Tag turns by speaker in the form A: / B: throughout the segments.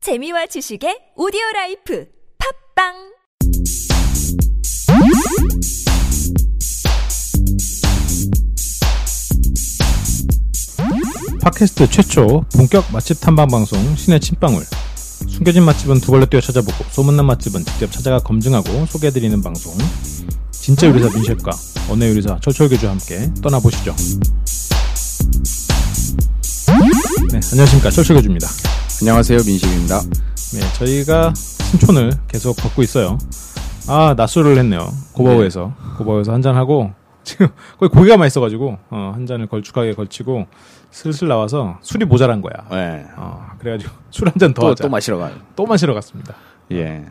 A: 재미와 지식의 오디오 라이프 팝빵
B: 팟캐스트 최초 본격 맛집 탐방 방송 신의 침방울 숨겨진 맛집은 두 발로 뛰어 찾아보고 소문난 맛집은 직접 찾아가 검증하고 소개해드리는 방송 진짜 요리사 민셰프가 언어 요리사 철철교주와 함께 떠나보시죠 네, 안녕하십니까 철철교주입니다
C: 안녕하세요 민식입니다.
B: 네, 저희가 신촌을 계속 걷고 있어요 아 낮술을 했네요 고바우에서 고바우에서 한잔하고 지금 거의 고기가 맛있어가지고 어, 한 잔을 걸쭉하게 걸치고 슬슬 나와서 술이 모자란 거야
C: 네.
B: 어, 그래가지고 술 한 잔 더
C: 또,
B: 하자.
C: 또 마시러 가요.
B: 또 마시러 갔습니다.
C: 예.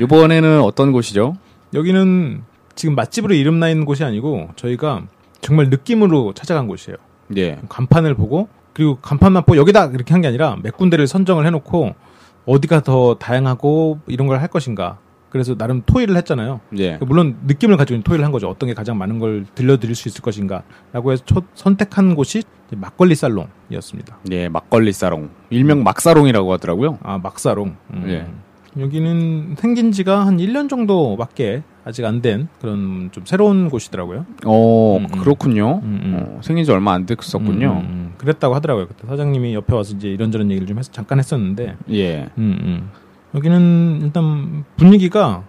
C: 이번에는 어떤 곳이죠?
B: 여기는 지금 맛집으로 이름 나 있는 곳이 아니고 저희가 정말 느낌으로 찾아간 곳이에요.
C: 예.
B: 간판을 보고 그리고 간판만 보고 여기다 이렇게 한 게 아니라 몇 군데를 선정을 해놓고 어디가 더 다양하고 이런 걸 할 것인가. 그래서 나름 토의를 했잖아요. 그러니까
C: 예.
B: 물론 느낌을 가지고 있는 토의를 한 거죠. 어떤 게 가장 많은 걸 들려드릴 수 있을 것인가라고 해서 첫 선택한 곳이 이제 막걸리 살롱이었습니다.
C: 예, 막걸리 사롱. 일명 막사롱이라고 하더라고요.
B: 아 막사롱. 음.
C: 예.
B: 여기는 생긴 지가 한 1년 정도밖에 아직 안 된 그런 좀 새로운 곳이더라고요.
C: 어,
B: 음, 음.
C: 그렇군요.
B: 음, 음.
C: 어, 생긴 지 얼마 안 됐었군요.
B: 음, 음. 그랬다고 하더라고요. 그때 사장님이 옆에 와서 이제 이런저런 얘기를 좀 해서 잠깐 했었는데,
C: 예.
B: 음, 음. 여기는 일단 분위기가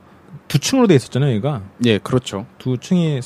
B: 두 층으로 돼 있었잖아요. 여기가
C: 예, 그렇죠.
B: 두 층이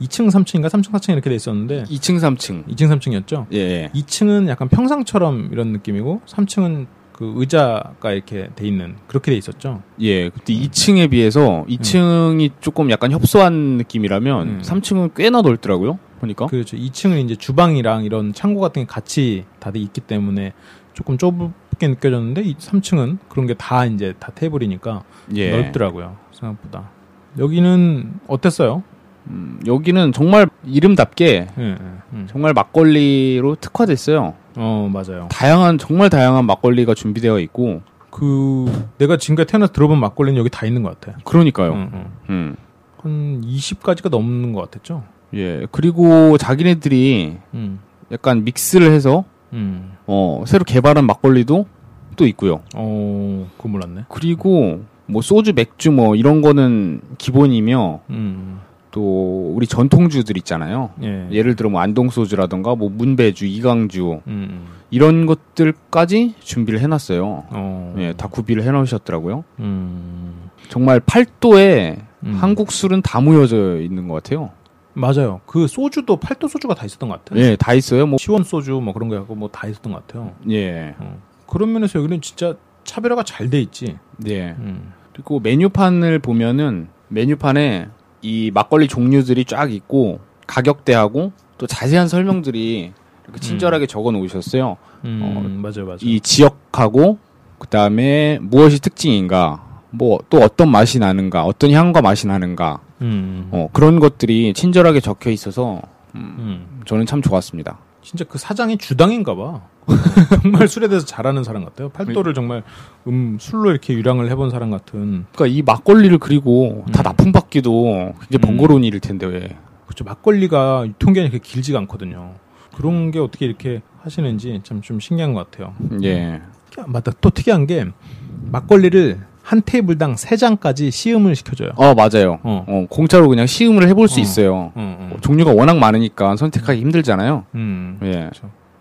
B: 2층, 3층인가 3층, 4층 이렇게 돼 있었는데
C: 2층, 3층.
B: 2층, 3층이었죠.
C: 예, 예.
B: 2층은 약간 평상처럼 이런 느낌이고 3층은 그 의자가 이렇게 돼 있는 그렇게 돼 있었죠.
C: 예. 근데 2층에 비해서 2층이 조금 약간 협소한 느낌이라면
B: 음.
C: 3층은 꽤나 넓더라고요. 보니까.
B: 그렇죠. 2층은 이제 주방이랑 이런 창고 같은 게 같이 다들 있기 때문에 조금 좁게 느껴졌는데 3층은 그런 게 다 이제 다 테이블이니까
C: 예.
B: 넓더라고요. 생각보다. 여기는 어땠어요?
C: 음, 여기는 정말 이름답게
B: 예, 예, 음.
C: 정말 막걸리로 특화됐어요.
B: 어, 맞아요.
C: 다양한 정말 다양한 막걸리가 준비되어 있고
B: 그 내가 지금까지 태어나서 들어본 막걸리는 여기 다 있는 것 같아요.
C: 그러니까요.
B: 응, 응.
C: 음.
B: 한 20가지가 넘는 것 같았죠.
C: 예. 그리고 자기네들이
B: 음.
C: 약간 믹스를 해서
B: 음.
C: 어, 새로 개발한 막걸리도 또 있고요.
B: 어, 그거 몰랐네.
C: 그리고 뭐 소주, 맥주 뭐 이런 거는 기본이며
B: 음.
C: 또 우리 전통주들 있잖아요.
B: 예.
C: 예를 들어 뭐 안동 소주라던가 뭐 문배주, 이강주
B: 음, 음.
C: 이런 것들까지 준비를 해 놨어요.
B: 어.
C: 예, 다 구비를 해 놓으셨더라고요.
B: 음.
C: 정말 팔도에
B: 음.
C: 한국 술은 다 모여져 있는 것 같아요.
B: 맞아요. 그 소주도 팔도 소주가 다 있었던 것 같아요.
C: 예, 다 있어요. 뭐
B: 시원 소주 뭐 그런 거 하고 뭐 다 있었던 것 같아요.
C: 예.
B: 그런 면에서 여기는 진짜 차별화가 잘 돼 있지.
C: 예.
B: 음.
C: 그리고 메뉴판을 보면은 메뉴판에 이 막걸리 종류들이 쫙 있고 가격대하고 또 자세한 설명들이 이렇게 친절하게 적어 놓으셨어요.
B: 어, 맞아요, 맞아요.
C: 이 지역하고 그다음에 무엇이 특징인가? 뭐 또 어떤 맛이 나는가? 어떤 향과 맛이 나는가?
B: 음,
C: 어, 그런 것들이 친절하게 적혀 있어서
B: 음.
C: 저는 참 좋았습니다.
B: 진짜 그 사장이 주당인가 봐. 정말 술에 대해서 잘하는 사람 같아요. 팔도를 정말 음 술로 이렇게 유량을 해본 사람 같은.
C: 그러니까 이 막걸리를 그리고 다 납품받기도 굉장히 번거로운 일일 텐데 왜?
B: 그렇죠. 막걸리가 유통기한이 그렇게 길지가 않거든요. 그런 게 어떻게 이렇게 하시는지 참 좀 신기한 것 같아요.
C: 예.
B: 특이한- 맞다. 또 특이한 게 막걸리를 한 테이블당 세 잔까지 시음을 시켜줘요.
C: 어 맞아요.
B: 어.
C: 어. 공짜로 그냥 시음을 해볼 수
B: 어.
C: 있어요.
B: 어, 어.
C: 어, 종류가 워낙 많으니까 선택하기 힘들잖아요.
B: 음.
C: 예.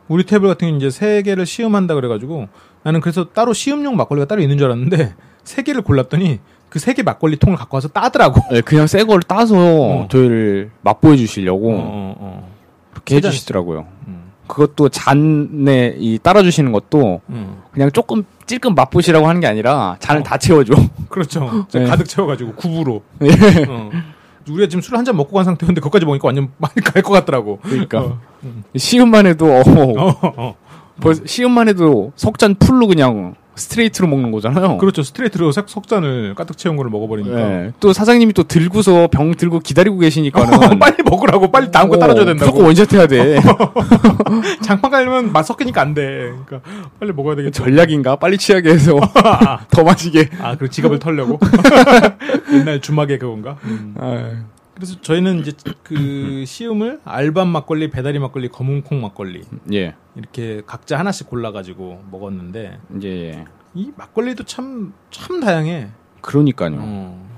B: 우리 테이블 같은 경우 이제 세 개를 시음한다 그래가지고 나는 그래서 따로 시음용 막걸리가 따로 있는 줄 알았는데 세 개를 골랐더니 그 세 개 막걸리 통을 갖고 와서 따더라고.
C: 예, 그냥 새 걸 따서
B: 어.
C: 저희를 맛보여 주시려고
B: 어, 어.
C: 그렇게 해주시더라고요.
B: 음.
C: 그것도 잔에 이 따라주시는 것도
B: 음.
C: 그냥 조금 찔끔 맛보시라고 하는 게 아니라
B: 어.
C: 잔을 다 채워줘.
B: 그렇죠. 진짜
C: 네. 예.
B: 가득 채워가지고 구부로. 어. 우리가 지금 술 한 잔 먹고 간 상태였는데 그것까지 먹으니까 완전 많이 갈 것 같더라고.
C: 그러니까
B: 어.
C: 시음만 해도 어,
B: 어, 어.
C: 벌써 시음만 해도 석잔 풀로 그냥 스트레이트로 먹는 거잖아요.
B: 그렇죠. 스트레이트로 석, 석잔을 가득 채운 걸 먹어버리니까.
C: 예. 또 사장님이 또 들고서 병 들고 기다리고
B: 어,
C: 계시니까는
B: 빨리 먹으라고 빨리 다음 거 따라줘야 된다고.
C: 무조건 원샷 해야 어. 돼.
B: 장판 깔면 맛 섞이니까 안 돼. 그러니까 빨리 먹어야 되겠죠.
C: 전략인가? 빨리 취하게 해서 더 마시게.
B: 아, 그리고 지갑을 털려고? 옛날 주막에 그건가? 음.
C: 아,
B: 그래서 저희는 이제 그 시음을 알밤 막걸리, 배다리 막걸리, 검은콩 막걸리
C: 예,
B: 이렇게 각자 하나씩 골라가지고 먹었는데
C: 예, 예.
B: 이 막걸리도 참, 참 다양해.
C: 그러니까요.
B: 어.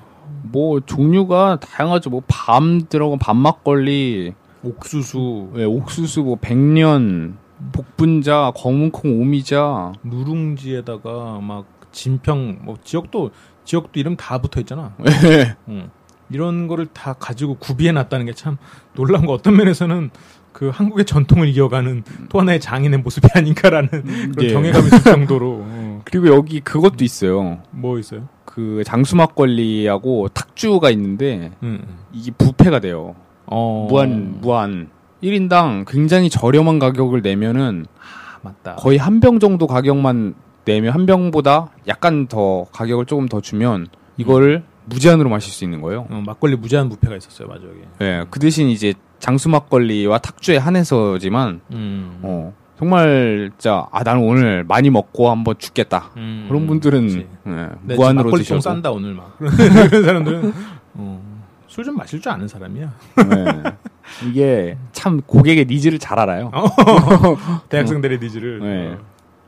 C: 뭐 종류가 다양하죠. 뭐 밤 들어간 밤 막걸리,
B: 옥수수,
C: 예, 옥수수, 뭐 백년, 복분자, 검은콩, 오미자.
B: 누룽지에다가 막 진평, 뭐 지역도, 지역도 이름 다 붙어 있잖아.
C: 예.
B: 응. 이런 거를 다 가지고 구비해 놨다는 게 참 놀라운 거 어떤 면에서는 그 한국의 전통을 이어가는 또 하나의 장인의 모습이 아닌가라는 그런
C: 예.
B: 경외감이 들 정도로 어,
C: 그리고 여기 그것도 있어요.
B: 뭐 있어요?
C: 그 장수 막걸리하고 탁주가 있는데
B: 응.
C: 이게 부패가 돼요.
B: 어.
C: 음. 무한 무한. 1인당 굉장히 저렴한 가격을 내면은
B: 아, 맞다.
C: 거의 한 병 정도 가격만 내면 한 병보다 약간 더 가격을 조금 더 주면 이거를 무제한으로 마실 수 있는 거예요.
B: 어, 막걸리 무제한 부패가 있었어요, 맞아 여기.
C: 예, 그 대신 이제 장수 막걸리와 탁주에 한해서지만
B: 음.
C: 어, 정말 진짜 아 나는 오늘 많이 먹고 한번 죽겠다.
B: 음.
C: 그런 분들은
B: 그치.
C: 예,
B: 네,
C: 무한으로
B: 막걸리 좀
C: 드셔도
B: 싼다 오늘 막 그런 사람들은 어, 술 좀 마실 줄 아는 사람이야
C: 예. 이게 참 고객의 니즈를 잘 알아요.
B: 어. 대학생들의 니즈를
C: 네.
B: 어.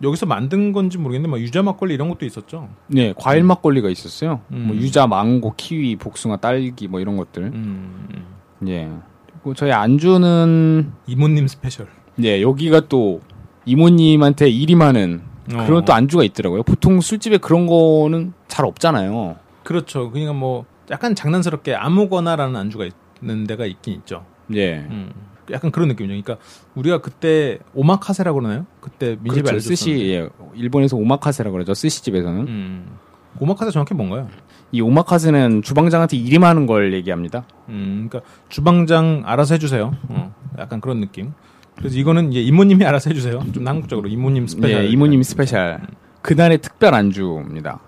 B: 여기서 만든 건지 모르겠는데 막 유자 막걸리 이런 것도 있었죠
C: 네, 과일 막걸리가 있었어요.
B: 음.
C: 뭐 유자, 망고, 키위, 복숭아, 딸기 뭐 이런 것들.
B: 음.
C: 예. 그리고 저희 안주는
B: 이모님 스페셜
C: 예, 여기가 또 이모님한테 일이 많은 그런
B: 어.
C: 또 안주가 있더라고요. 보통 술집에 그런 거는 잘 없잖아요.
B: 그렇죠 그러니까 뭐 약간 장난스럽게 아무거나라는 안주가 있는 데가 있긴 있죠
C: 예.
B: 음. 약간 그런 느낌이죠 그러니까 우리가 그때 오마카세라고 그러나요 그때 민집이
C: 그렇죠.
B: 알려줬었는데
C: 스시 예. 일본에서 오마카세라 그러죠. 스시집에서는
B: 음. 오마카세 정확히 뭔가요?
C: 이 오마카세는 주방장한테 일이 많은 걸 얘기합니다. 네,
B: 음, 그러니까 주방장 알아서 해주세요. 어, 약간 그런 느낌. 그래서 이거는 이제 이모님이 알아서 해주세요. 좀 한국적으로 이모님 스페셜.
C: 예, 이모님 스페셜. 그날의 특별 안주입니다.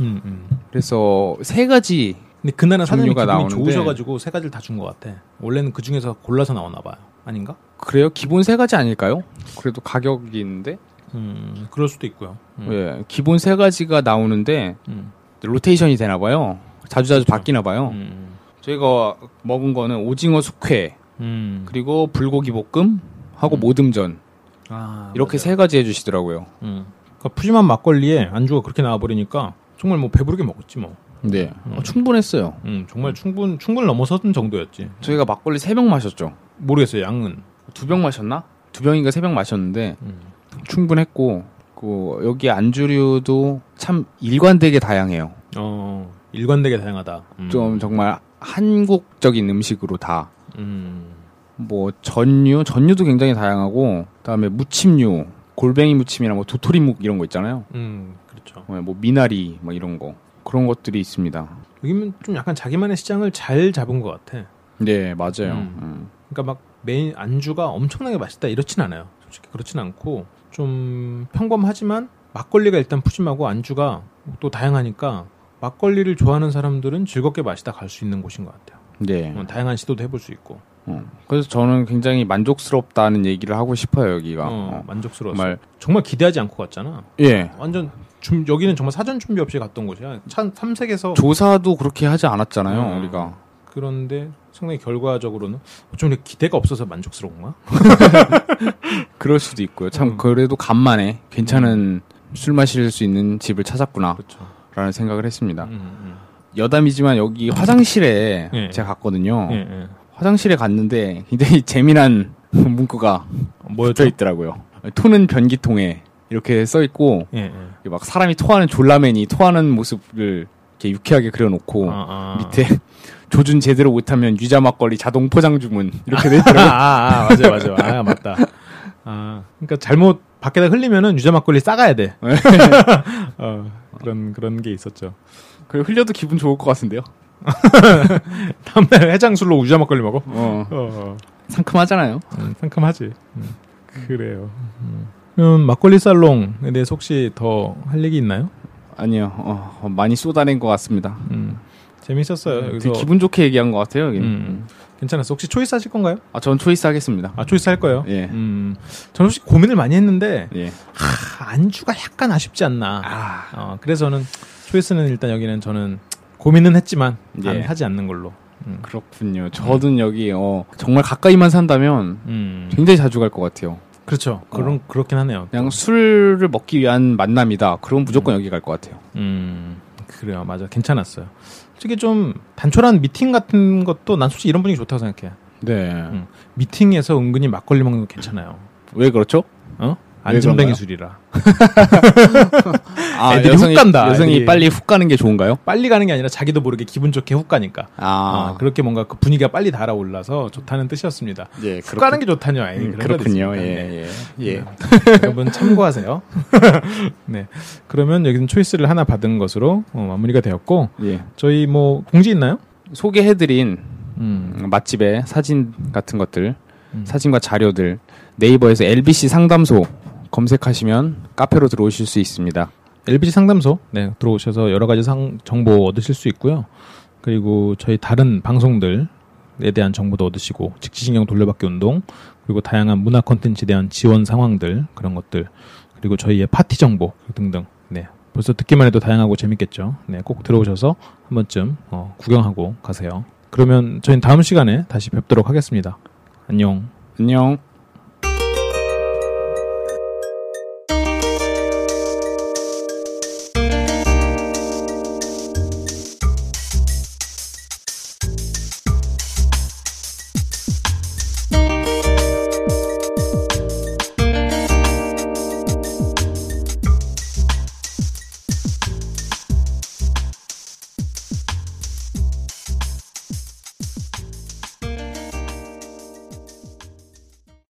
B: 음, 음.
C: 그래서 세 가지
B: 근데 그날은 사장님 기분이
C: 종류가 나오는데.
B: 좋으셔가지고 세 가지를 다 준 것 같아. 원래는 그 중에서 골라서 나오나 봐요. 아닌가?
C: 그래요? 기본 세 가지 아닐까요? 그래도 가격이 있는데
B: 음, 그럴 수도 있고요. 음,
C: 예, 기본 세 가지가 나오는데
B: 음,
C: 로테이션이 되나 봐요. 자주자주 바뀌나 봐요.
B: 음,
C: 저희가 먹은 거는 오징어 숙회
B: 음.
C: 그리고 불고기 볶음 하고 모듬전
B: 아,
C: 이렇게
B: 맞아요.
C: 세 가지 해주시더라고요.
B: 음. 그러니까 푸짐한 막걸리에 안주가 그렇게 나와버리니까 정말 뭐 배부르게 먹었지 뭐.
C: 네, 어, 충분했어요.
B: 음, 정말 충분 충분을 넘어서던 정도였지.
C: 저희가 막걸리 세 병 마셨죠.
B: 모르겠어요 양은.
C: 두 병 마셨나? 두 병인가 세 병 마셨는데
B: 음.
C: 충분했고 그 여기 안주류도 참 일관되게 다양해요.
B: 어, 일관되게 다양하다. 음.
C: 좀 정말 한국적인 음식으로 다
B: 음.
C: 뭐 전류, 전류도 굉장히 다양하고 그다음에 무침류, 골뱅이 무침이나 뭐 도토리묵 이런 거 있잖아요.
B: 음, 그렇죠.
C: 어, 뭐 미나리 뭐 이런 거 그런 것들이 있습니다.
B: 여기는 좀 약간 자기만의 시장을 잘 잡은 것 같아.
C: 네 맞아요.
B: 음.
C: 음.
B: 그러니까 막 메인 안주가 엄청나게 맛있다 이렇진 않아요. 솔직히 그렇진 않고 좀 평범하지만 막걸리가 일단 푸짐하고 안주가 또 다양하니까 막걸리를 좋아하는 사람들은 즐겁게 마시다 갈 수 있는 곳인 것 같아요.
C: 네.
B: 어, 다양한 시도도 해볼 수 있고
C: 어. 그래서 저는 굉장히 만족스럽다는 얘기를 하고 싶어요 여기가.
B: 어,
C: 어,
B: 만족스러웠어. 정말.
C: 정말
B: 정말 기대하지 않고 갔잖아.
C: 예
B: 완전 준- 여기는 정말 사전 준비 없이 갔던 곳이야. 참 탐색에서
C: 조사도 그렇게 하지 않았잖아요
B: 음.
C: 우리가.
B: 그런데 상당히 결과적으로는 좀 이렇게 기대가 없어서 만족스러운가?
C: 그럴 수도 있고요. 참
B: 음.
C: 그래도 간만에 괜찮은 술 마실 수 있는 집을 찾았구나라는
B: 그렇죠.
C: 생각을 했습니다.
B: 음, 음.
C: 여담이지만 여기 화장실에
B: 예.
C: 제가 갔거든요.
B: 예, 예.
C: 화장실에 갔는데 굉장히 재미난 문구가
B: 뭐였죠?
C: 붙어 있더라고요. 토는 변기통에 이렇게 써 있고
B: 예, 예.
C: 막 사람이 토하는 졸라맨이 토하는 모습을 이렇게 유쾌하게 그려놓고
B: 아, 아.
C: 밑에 조준 제대로 못하면 유자 막걸리 자동 포장 주문 이렇게 돼
B: 아,
C: 있더라고요.
B: 아, 아, 맞아요, 맞아요. 아, 맞다. 아, 그러니까 잘못 밖에다 흘리면은 유자 막걸리 싸가야 돼. 어, 그런 그런 게 있었죠.
C: 그래 흘려도 기분 좋을 것 같은데요.
B: 다음날 해장술로 유자 막걸리 먹어.
C: 어,
B: 어,
C: 상큼하잖아요.
B: 음, 상큼하지. 음, 그래요. 음. 그럼 막걸리 살롱에 대해서 혹시 더 할 얘기 있나요?
C: 아니요, 어, 어, 많이 쏟아낸 것 같습니다.
B: 음, 재밌었어요.
C: 되게
B: 네, 여기서
C: 기분 좋게 얘기한 것 같아요. 여기는.
B: 음, 괜찮았어. 혹시 초이스 하실 건가요?
C: 아, 전 초이스 하겠습니다.
B: 아, 초이스 할 거예요.
C: 예.
B: 음, 저는 혹시 고민을 많이 했는데
C: 예.
B: 하, 안주가 약간 아쉽지 않나.
C: 아,
B: 어, 그래서는 초이스는 일단 여기는 저는 고민은 했지만
C: 예.
B: 안, 하지 않는 걸로. 음.
C: 그렇군요. 저는 여기 어, 정말 가까이만 산다면
B: 음.
C: 굉장히 자주 갈 것 같아요.
B: 그렇죠. 그런 그렇긴 하네요.
C: 그냥 술을 먹기 위한 만남이다. 그럼 무조건 여기 갈 것 같아요.
B: 음 그래요. 맞아. 괜찮았어요. 솔직히 좀 단촐한 미팅 같은 것도 난 솔직히 이런 분위기 좋다고 생각해.
C: 네.
B: 미팅에서 은근히 막걸리 먹는 거 괜찮아요.
C: 왜 그렇죠?
B: 어?
C: 왜
B: 안전뱅이
C: 그런가요?
B: 술이라.
C: 아,
B: 애들이 훅
C: 여성이-
B: 간다, 예.
C: 여성이
B: 애들이.
C: 빨리 훅 가는 게 좋은가요?
B: 빨리 가는 게 아니라 자기도 모르게 기분 좋게 훅 가니까.
C: 아,
B: 아, 그렇게 뭔가 그 분위기가 빨리 달아올라서 좋다는 뜻이었습니다.
C: 예,
B: 훅 가는 게 좋다뇨. 아이, 네, 음, 그런 거
C: 그렇군요.
B: 있으니까. 네.
C: 예, 예, 예.
B: 여러분 참고하세요. 네. 그러면 여기는 초이스를 하나 받은 것으로 어, 마무리가 되었고
C: 예.
B: 저희 뭐 공지 있나요?
C: 소개해드린
B: 음.
C: 음, 맛집의 사진 같은 것들,
B: 음.
C: 사진과 자료들 네이버에서 LBC 상담소 검색하시면 카페로 들어오실 수 있습니다.
B: LBG 상담소 네, 들어오셔서 여러 가지 상, 정보 얻으실 수 있고요. 그리고 저희 다른 방송들에 대한 정보도 얻으시고 직지신경 돌려받기 운동 그리고 다양한 문화 콘텐츠에 대한 지원 상황들 그런 것들 그리고 저희의 파티 정보 등등 네 벌써 듣기만 해도 다양하고 재밌겠죠. 네꼭 들어오셔서 한 번쯤 어, 구경하고 가세요. 그러면 저희는 다음 시간에 다시 뵙도록 하겠습니다. 안녕.
C: 안녕.